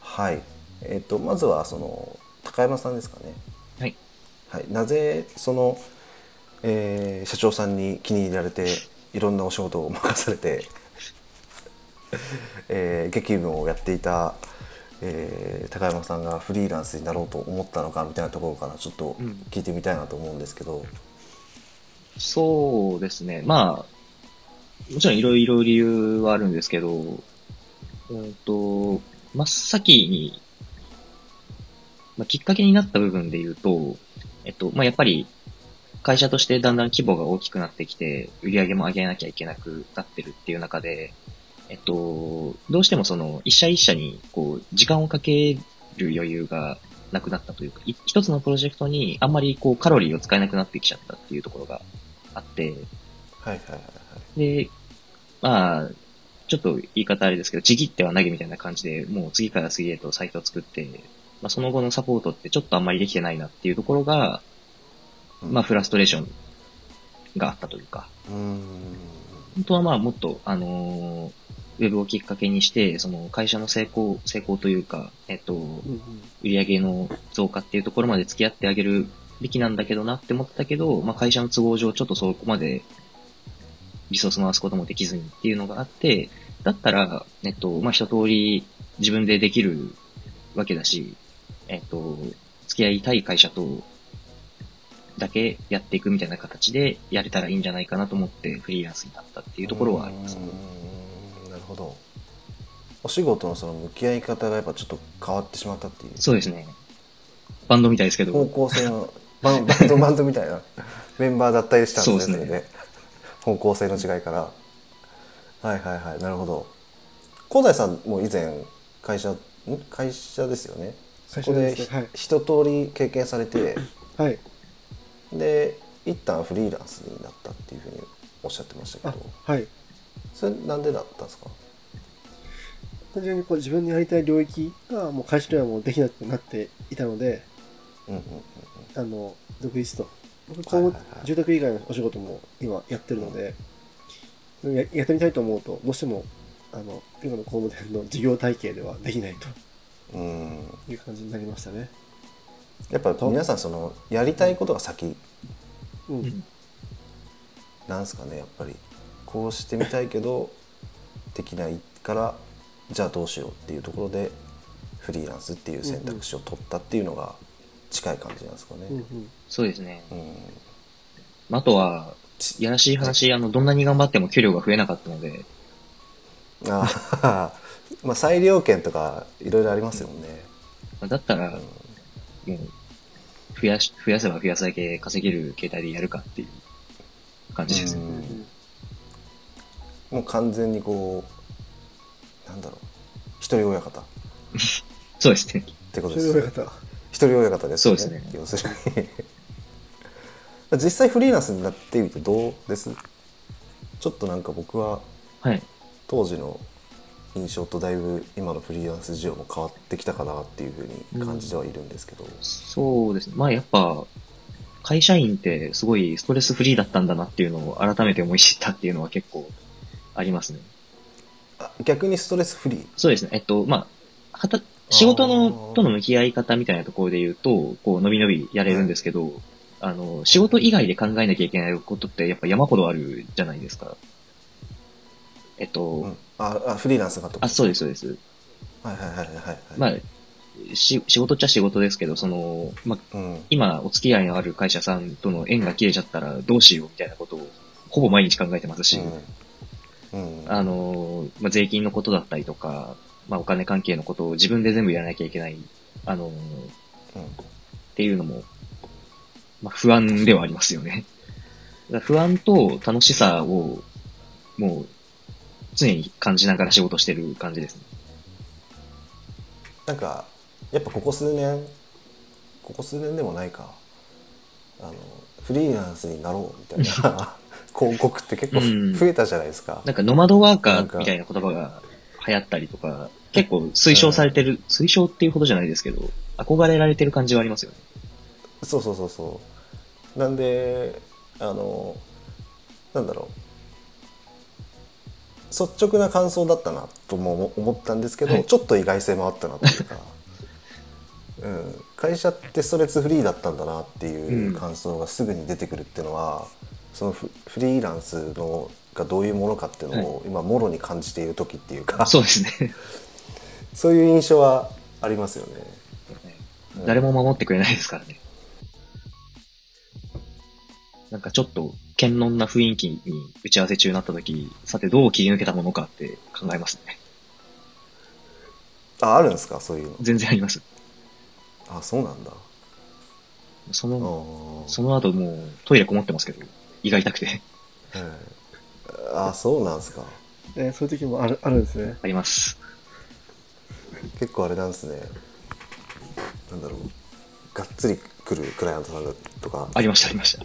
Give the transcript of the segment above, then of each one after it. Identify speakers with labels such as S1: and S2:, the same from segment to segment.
S1: はい。えっとまずはその高山さんですかね。
S2: はい。
S1: はい。なぜその、えー社長さんに気に入られていろんなお仕事を任されて、 えー、激務をやっていた、えー高山さんがフリーランスになろうと思ったのかみたいなところからちょっと
S2: うん
S1: 聞いてみたいなと思うんですけど。
S2: そうですね。まあ、もちろんいろいろ理由はあるんですけど、うんと、真っ先に、まあ、きっかけになった部分で言うと、えっと、まあ、やっぱり、会社としてだんだん規模が大きくなってきて、売り上げも上げなきゃいけなくなってるっていう中で、えっと、どうしてもその、一社一社に、こう、時間をかける余裕がなくなったというか、い一つのプロジェクトにあんまりこう、カロリーを使えなくなってきちゃったっていうところがあって、
S1: はいはいはい
S2: で、まあ、ちょっと言い方あれですけど、ちぎっては投げみたいな感じで、もう次から次へとサイトを作って、まあその後のサポートってちょっとあんまりできてないなっていうところが、
S1: はい。
S2: まあフラストレーションがあったというか、
S1: うーん。
S2: 本当はまあもっと、あのーウェブをきっかけにして、その会社の成功、成功というか、えっと、売上の増加っていうところまで付き合ってあげるべきなんだけどなって思ってたけど、まあ、会社の都合上ちょっとそこまでリソース回すこともできずにっていうのがあって、だったら、えっと、まあ、一通り自分でできるわけだし、えっと、付き合いたい会社とだけやっていくみたいな形でやれたらいいんじゃないかなと思ってフリーランスになったっていうところはあります。
S1: うーんなるほど。お仕事のその向き合い方がやっぱちょっと変わってしまったっていう。
S2: そうですね。バンドみたいですけ
S1: 方
S2: ど、
S1: 向性のバンバ ンドバンドみたいなメンバー脱退したんですね
S2: そうですね
S1: それで方向性の違いからはいはいはいなるほど香西さんも以前会社ん会社ですよねそ
S3: 会
S1: こ
S3: 社
S1: で
S3: ですね
S1: ひ一通り経験されて
S3: はい。
S1: で一旦フリーランスになったっていうふうにおっしゃってました
S3: あ
S1: けど、
S3: はい。
S1: それなんでだったんですか
S3: 単純にこう自分のやりたい領域がもう会社ではもうできなくなっていたので、
S1: うんうん
S3: あの、独立と。僕、
S1: はい
S3: こ
S1: は
S3: う
S1: いはい
S3: 住宅以外のお仕事も今やってるので、ややってみたいと思うと、どうしても、あの、今の工務店の事業体系ではできないと
S1: うんうん
S3: いう感じになりましたね。
S1: やっぱ皆さんそのやりたいことが先
S3: うん。
S2: うん
S1: なんすかねやっぱりこうしてみたいけどできないからじゃあどうしようっていうところでフリーランスっていう選択肢を取ったっていうのが近い感じなんですかね。
S3: うんうん。
S2: そうですね。
S1: うん
S2: まああとは、いやらしい話、あの、どんなに頑張っても給料が増えなかったので、
S1: ああまあ裁量権とかいろいろありますよね。
S2: まあだったら、もう、増やし、増やせば増やすだけ稼げる形態でやるかっていう感じですね。
S1: うん
S3: うん
S1: もう完全にこうなんだろう一人親方っ
S2: そうですね。
S1: てことです
S3: それ
S1: よ
S3: で親
S1: ね
S3: 方。
S1: 一人親方ですよね。
S2: そうですね
S1: 要するに実際フリーランスにな ってみてどうですちょっとなんか僕は
S2: はい。
S1: 当時の印象とだいぶ今のフリーランス事情も変わってきたかなっていうふうに感じてはいるんですけど、
S2: そうですね。まあやっぱ、会社員ってすごいストレスフリーだったんだなっていうのを改めて思い知ったっていうのは結構ありますね。
S1: あ逆にストレスフリー
S2: そうですね。えっと、まあ、はた、仕事
S1: あ
S2: の
S1: ー
S2: との向き合い方みたいなところで言うと、こう、のびのびやれるんですけど、あの、仕事以外で考えなきゃいけないことってやっぱ山ほどあるじゃないですか。えっと、
S1: うん、ああフリーランスがってこと
S2: あ、そうです、そうです。
S1: はいはいはいはいはい、
S2: まあ、し、仕事っちゃ仕事ですけど、その、まあ、
S1: うん、
S2: 今お付き合いのある会社さんとの縁が切れちゃったらどうしようみたいなことを、ほぼ毎日考えてますし、
S1: うんうん、
S2: あの、まあ、税金のことだったりとか、まあ、お金関係のことを自分で全部やらなきゃいけない、あの、
S1: うん
S2: っていうのも、まあ、不安ではありますよね。だから不安と楽しさを、もう、常に感じながら仕事してる感じですね。
S1: なんかやっぱここ数年ここ数年でもないかあのフリーランスになろうみたい な広告って結構
S2: うん
S1: 増えたじゃないですか、
S2: なんか、ノマドワーカーみたいな言葉が流行ったりとか、結構推奨されてる、推奨っていうほどじゃないですけど、憧れられてる感じはありますよね。
S1: そうそうそうそうなんであのなんだろう率直な感想だったなとも思ったんですけど、
S2: はい
S1: ちょっと意外性もあったなというか、 うん、会社ってストレスフリーだったんだなっていう感想がすぐに出てくるっていうのは、そのフフリーランスのがどういうものかっていうのを今もろに感じている時っていうか、
S2: そうですね。
S1: そういう印象はありますよね。うん
S2: 誰も守ってくれないですからね。なんかちょっと、堅論な雰囲気に打ち合わせ中になった時、さてどう切り抜けたものかって考えますね。
S1: ああるんですかそういうの。
S2: 全然あります。
S1: あそうなんだ。
S2: そ
S1: あ
S2: の、
S1: ー
S2: その後もうトイレこもってますけど、胃が痛くて
S1: はいあそうなんですか。
S3: えーそういう時もあるあるんですね。
S2: あります。
S1: 結構あれなんですねなんだろうがっつり来るクライアントさんだとか
S2: ありました、ありました。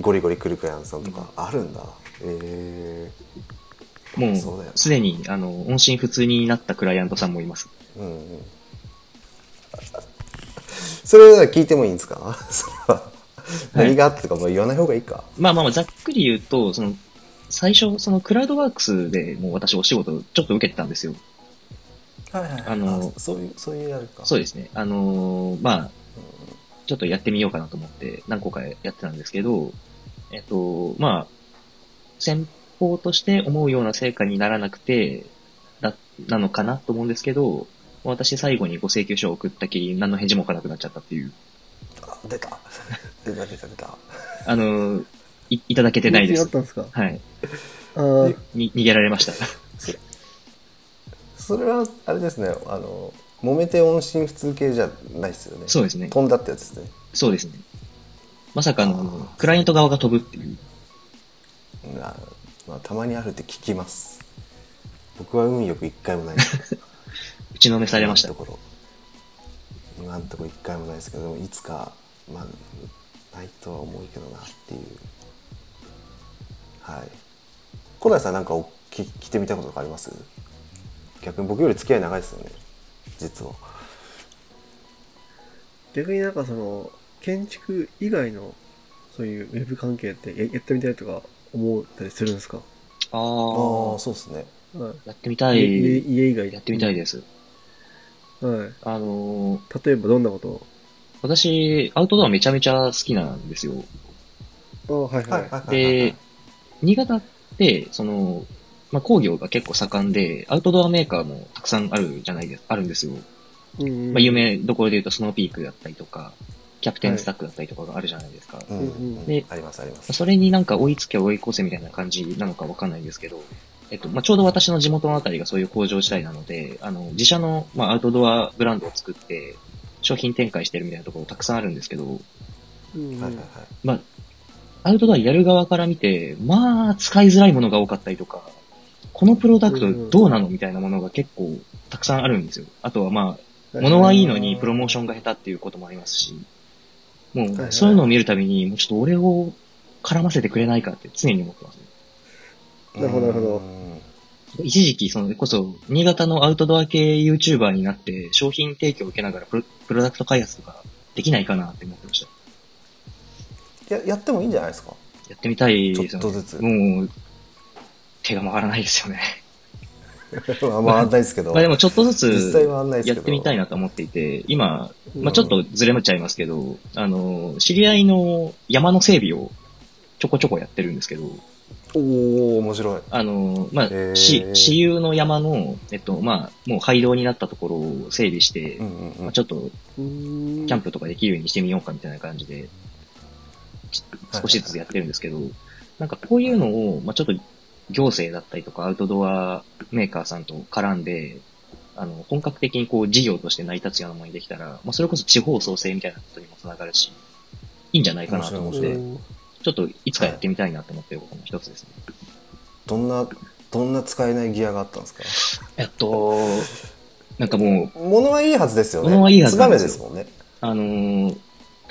S1: ゴリゴリ来るクライアントさんとかあるんだえ
S2: も
S1: そうだよ
S2: う
S1: ね、
S2: すでに、あの、音信不通になったクライアントさんもいます。
S1: えうんうんそれは聞いてもいいんですか それは何があったかもう言わない方がいいか
S2: まあまあまあ、ざっくり言うと、その、最初、そのクラウドワークスでもう私お仕事ちょっと受けてたんですよ。
S1: はいはい
S2: あの
S1: そういうそういうやるか
S2: そう
S1: う
S2: ですね。あのーまあ、ちょっとやってみようかなと思って何個かやってたんですけど、えっと、まあ、先方として思うような成果にならなくて、だ、なのかなと思うんですけど、私最後にご請求書を送ったきり何の返事も来なくなっちゃったっていう、
S1: 出た出た出た出た
S2: あのーい、いただけてないで
S3: 人気あっ
S2: す。
S3: たんですか
S2: はい。
S3: あー
S2: に、逃げられました。
S1: それはあれですねあの揉めて音信不通系じゃないですよね
S2: そうですね。
S1: 飛んだってやつですね
S2: そうですね。まさか
S1: あ
S2: の
S1: ー、
S2: クライアント側が飛ぶっていう。
S1: なまあ、たまにあるって聞きます僕は運よく一回もない
S2: 打ちの めされました
S1: 今。のところ今のところ一回もないですけどでもいつかまあないとは思うけどなっていうはい小田井さんなんかお聞聞いてみたいこととかあります逆に僕より付き合い長いですよね実は
S3: 逆になんかその、建築以外の、そういうウェブ関係ってややってみたいとか思ったりするんですか
S2: あ
S1: あ
S2: ー
S1: あそうですね
S3: は
S2: やってみた
S3: い。
S2: い。
S3: 家家以外
S2: やってみたい
S3: で。
S2: です。
S3: はい。
S2: あのー
S3: 例えばどんなことを
S2: 私、アウトドアめちゃめちゃ好きなんですよ。
S3: ああ、はい
S1: はい
S3: は
S1: はいはい
S3: い。
S1: はいはい
S2: で、新潟って、その、まあ、工業が結構盛んで、アウトドアメーカーもたくさんあるじゃないです、あるんですよ。
S3: うんうん
S2: まあ、有名どころで言うと、スノーピークだったりとか、キャプテンスタックだったりとかがあるじゃないですか。
S1: うんうん
S2: で
S1: ありますあります
S2: それになんか追いつけ追い越せみたいな感じなのかわかんないんですけど、えっと、まあ、ちょうど私の地元のあたりがそういう工場地帯なので、あの、自社の、まあ、アウトドアブランドを作って、商品展開してるみたいなところたくさんあるんですけど、
S3: うんうん
S1: はいはいはい
S2: まあ、アウトドアやる側から見て、まあ、使いづらいものが多かったりとか、このプロダクトどうなのみたいなものが結構たくさんあるんですよ。あとはまあ、物はいいのにプロモーションが下手っていうこともありますし、も
S3: はいうは、い
S2: そういうのを見るたびに、もうちょっと俺を絡ませてくれないかって常に思ってます、ね。
S3: なるほどなるほど
S1: うん
S2: 一時期、そのこそ、新潟のアウトドア系 YouTuber になって、商品提供を受けながらプロプロダクト開発とかできないかなって思ってました。
S1: ややってもいいんじゃないですか
S2: やってみたいで
S1: ち
S2: す
S1: ょ
S2: よ
S1: っ
S2: ね
S1: とずつ
S2: もう、手が回らないですよね。
S1: まあまああんないですけど、
S2: まあでもちょっとず
S1: 実際
S2: つ
S1: はあんないです
S2: やっ
S1: けど
S2: てみたいなと思っていて、今、
S3: うん
S2: まあちょっとずれちゃいますけど、あの、知り合いの山の整備をちょこちょこやってるんですけど、
S1: おお面白い
S2: あの、ま
S1: へー
S2: あ、し、私有の山の、えっと、まあ、もう廃道になったところを整備して、
S1: うんうんうん
S2: まあ、ちょっと
S3: うーん
S2: キャンプとかできるようにしてみようかみたいな感じで、ち少しずつやってるんですけど、なんかこういうのを、まあ、ちょっと行政だったりとかアウトドアメーカーさんと絡んで、あの、本格的にこう事業として成り立つようなものにできたら、まあ、それこそ地方創生みたいなことにもつながるし、いいんじゃないかなと思っ
S1: 面白い
S2: て
S1: 面、
S2: ちょっといつかやってみたいなと思ってることの一つですね。
S1: どんなどんな使えないギアがあったんですか
S2: えっと、なんかもう、
S1: 物はいいはずですよね
S2: 物はいいはずなん
S1: ツバ
S2: で
S1: メ
S2: す
S1: で
S2: よ
S1: すもんね
S2: あのー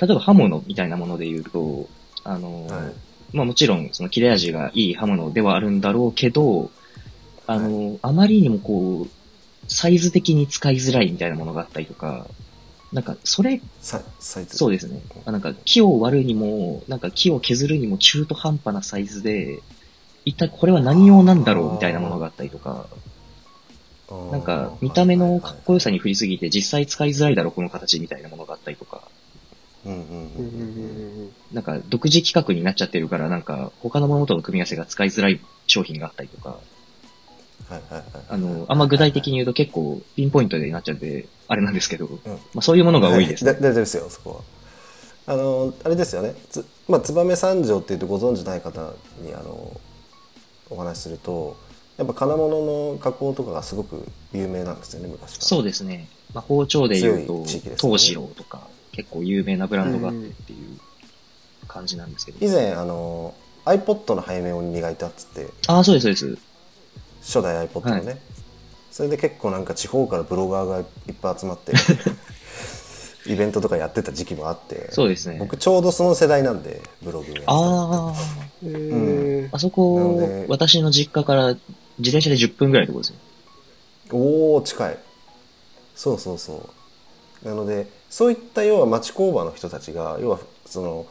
S2: 例えば刃物みたいなもので言うと、あのー
S1: はい
S2: まあもちろんその切れ味がいい刃物ではあるんだろうけど、あのーあまりにもこう、サイズ的に使いづらいみたいなものがあったりとか、なんかそれ、
S1: ササイズ
S2: そうですね。あなんか木を割るにも、なんか木を削るにも中途半端なサイズで、一体これは何用なんだろうみたいなものがあったりとか、
S1: うん
S2: なんか見た目のかっこよさに振りすぎて実際使いづらいだろ、この形みたいなものがあったりとか、
S1: うんうんう
S3: う
S1: ん
S3: うんうん
S1: ん
S3: うん
S2: なんか独自企画になっちゃってるから、なんか他のものとの組み合わせが使いづらい商品があったりとか、
S1: はいはいはい
S2: あの、あんま具体的に言うと結構ピンポイントでなっちゃうんで、あれなんですけど、
S1: ん
S2: まあそういうものが多いですね。
S1: はだ大丈夫ですよそこはあのあれですよねつ、まあ、燕三条っていうとご存じない方にあのお話しするとやっぱ金物の加工とかがすごく有名なんですよね昔から
S2: そうですね。まあ包丁で言う
S1: 強
S2: と
S1: い地域で、すね
S2: 東四郎とか結構有名なブランドがあってっていう感じなんですけど。
S1: 以前あの iPod の背面を磨いたっつって
S2: ああ、そうです、そうです。
S1: 初代 iPod のね、
S2: は
S1: それで結構なんか地方からブロガーがいっぱい集まって イベントとかやってた時期もあって
S2: そうですね。
S1: 僕ちょうどその世代なんでブログやってたの
S2: ああ。
S3: えー
S2: あそ
S1: なの
S2: こ
S1: で、
S2: 私の実家から自転車で10分ぐらいのところですよ。
S1: おお近いそうそうそうなのでそういった要は町工場の人たちが要はその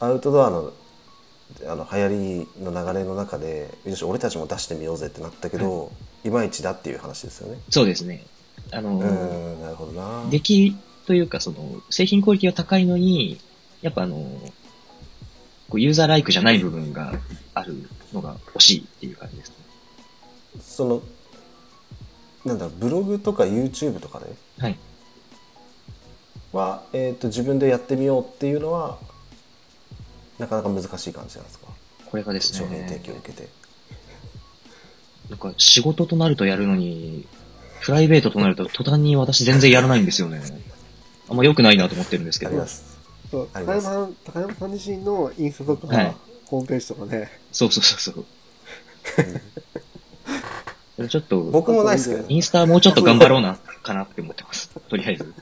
S1: アウトドアのあの流行りの流れの中でよし俺たちも出してみようぜってなったけど、いまいちだっていう話ですよね
S2: そうですね。あ
S1: う
S2: の、
S1: ーんなるほどな
S2: 出来というか、その、製品クオリティは高いのに、やっぱあの、こうユーザーライクじゃない部分があるのが欲しいっていう感じですね。
S1: そのなんだろうブログとか YouTube とかで
S2: はい。
S1: は、えー、と自分でやってみようっていうのはなかなか難しい感じなんですか
S2: これがです
S1: 商品提
S2: ね、
S1: 供を受けて
S2: なんか仕事となるとやるのに、プライベートとなると途端に私全然やらないんですよね。あんま良くないなと思ってるんですけ
S1: あり
S2: ど
S1: ま。す
S3: そう
S1: あ
S3: 高
S1: りま
S3: 山
S1: す
S3: さん、高山さん自身のインスタとか、
S2: はい
S3: ホームページとかね、
S2: そうそうそうそう。ちょっと、
S1: 僕もないですけどね
S2: インスタはもうちょっと頑張ろうな、かなって思ってます。とりあえず。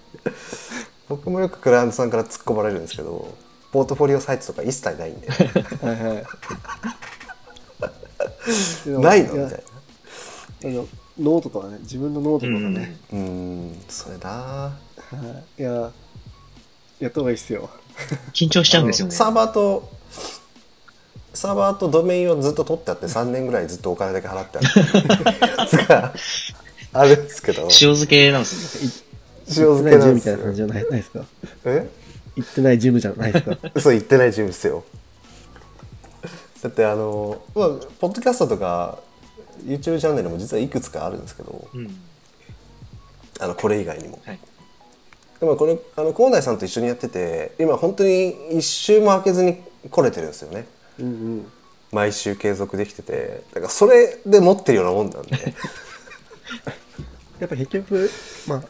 S1: 僕もよくクライアントさんから突っ込まれるんですけどポートフォリオサイトとか一 切ないんで
S3: はいは い。
S1: ないのみたいな
S3: やあの脳とかはね、自分の脳とかがね、
S1: うーんそれだ
S3: はいいや、やった方がいいっすよ。
S2: 緊張しちゃうんですよね
S1: あ。のサーバーとサーバーとドメインをずっと取ってあって3年ぐらいずっとお金だけ払ってあるやつがあるんですけど
S2: 塩漬けなんですね。
S1: 塩漬けなんですよ
S3: じゃないないですか。
S1: え
S3: 行ってないジムじゃないですか。
S1: 嘘言ってない人物ですよだってあの、まあ、ポッドキャストとか YouTube チャンネルも実はいくつかあるんですけど
S2: うん。
S1: あのこれ以外にも
S2: はい。
S1: でもこれあの河内さんと一緒にやってて今本当に一周も開けずに来れてるんですよね
S3: うんうん。
S1: 毎週継続できててだからそれで持ってるようなもんなんで
S3: やっぱ結局、まあ、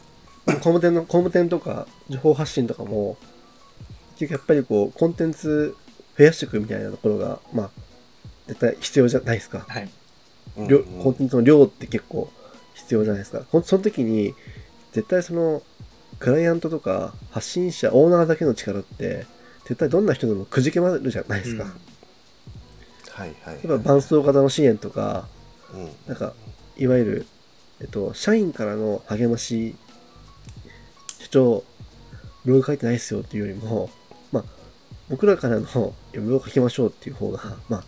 S3: 工務店の、工務店とか、情報発信とかも、結局やっぱりこう、コンテンツ増やしていくみたいなところが、まあ、絶対必要じゃないですか。
S2: はい。
S1: うん
S3: 量コンテンツの量って結構必要じゃないですか。ほんその時に、絶対その、クライアントとか、発信者、オーナーだけの力って、絶対どんな人でもくじけまるじゃないですか。
S2: うん
S1: はいはい
S3: やっぱ伴奏型の支援とか、
S1: うん
S3: なんか、いわゆる、えっと、社員からの励まし、社長、ブログ書いてないですよっていうよりも、まあ、僕らからの、いやブログ書きましょうっていう方が、まあ、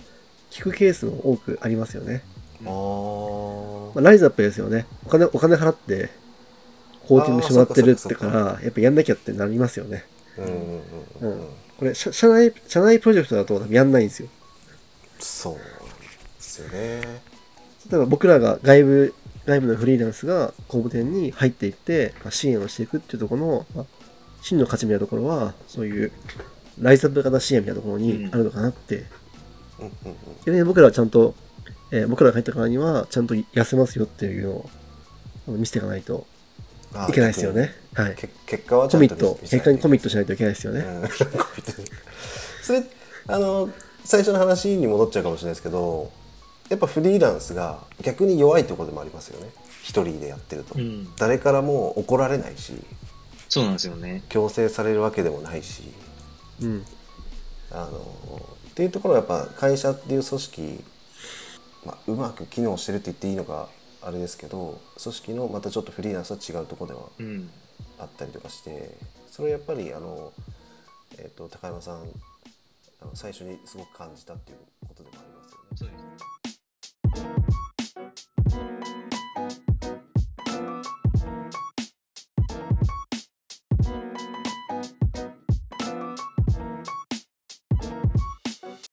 S3: 聞くケースも多くありますよね。
S1: あー
S3: まあ、ライズアップですよね。お金、お金払って、コーティングしてもらってるってから、やっぱやんなきゃってなりますよね。
S1: うんうんうんうん
S3: うんこれ、社社内、社内プロジェクトだと多分やんないんですよ。
S1: そうなんですよね
S3: 例えば僕らが外部、外部のフリーランスが工務店に入っていって、まあ、支援をしていくっていうところの、まあ、真の勝ち目なところは、そういう、ライズアップ型支援みたいなところにあるのかなって。
S1: うんうんうん
S3: でね僕らはちゃんと、えー僕らが入ったからには、ちゃんと痩せますよっていうのをあの見せていかないと
S1: あー
S3: いけないですよね。はい。
S1: け結果はち
S3: コ
S1: ゃん
S3: ミ
S1: と
S3: ット、
S1: 見せ
S3: 結果にコミット
S1: し
S3: しないといけないですよね。
S1: それあの最初の話に戻っちゃうかもしれないですけどやっぱフリーランスが逆に弱いところでもありますよね一人でやってると、
S2: うん。
S1: 誰からも怒られないし
S2: そうなんですよね。
S1: 強制されるわけでもないし
S3: うん。
S1: あのっていうところはやっぱ会社っていう組織、まあ、うまく機能してるって言っていいのかあれですけど組織のまたちょっとフリーランスとは違うところでは
S2: うん。
S1: あったりとかしてそれをやっぱりあの、えっと高山さんあの最初にすごく感じたっていうことでもあります。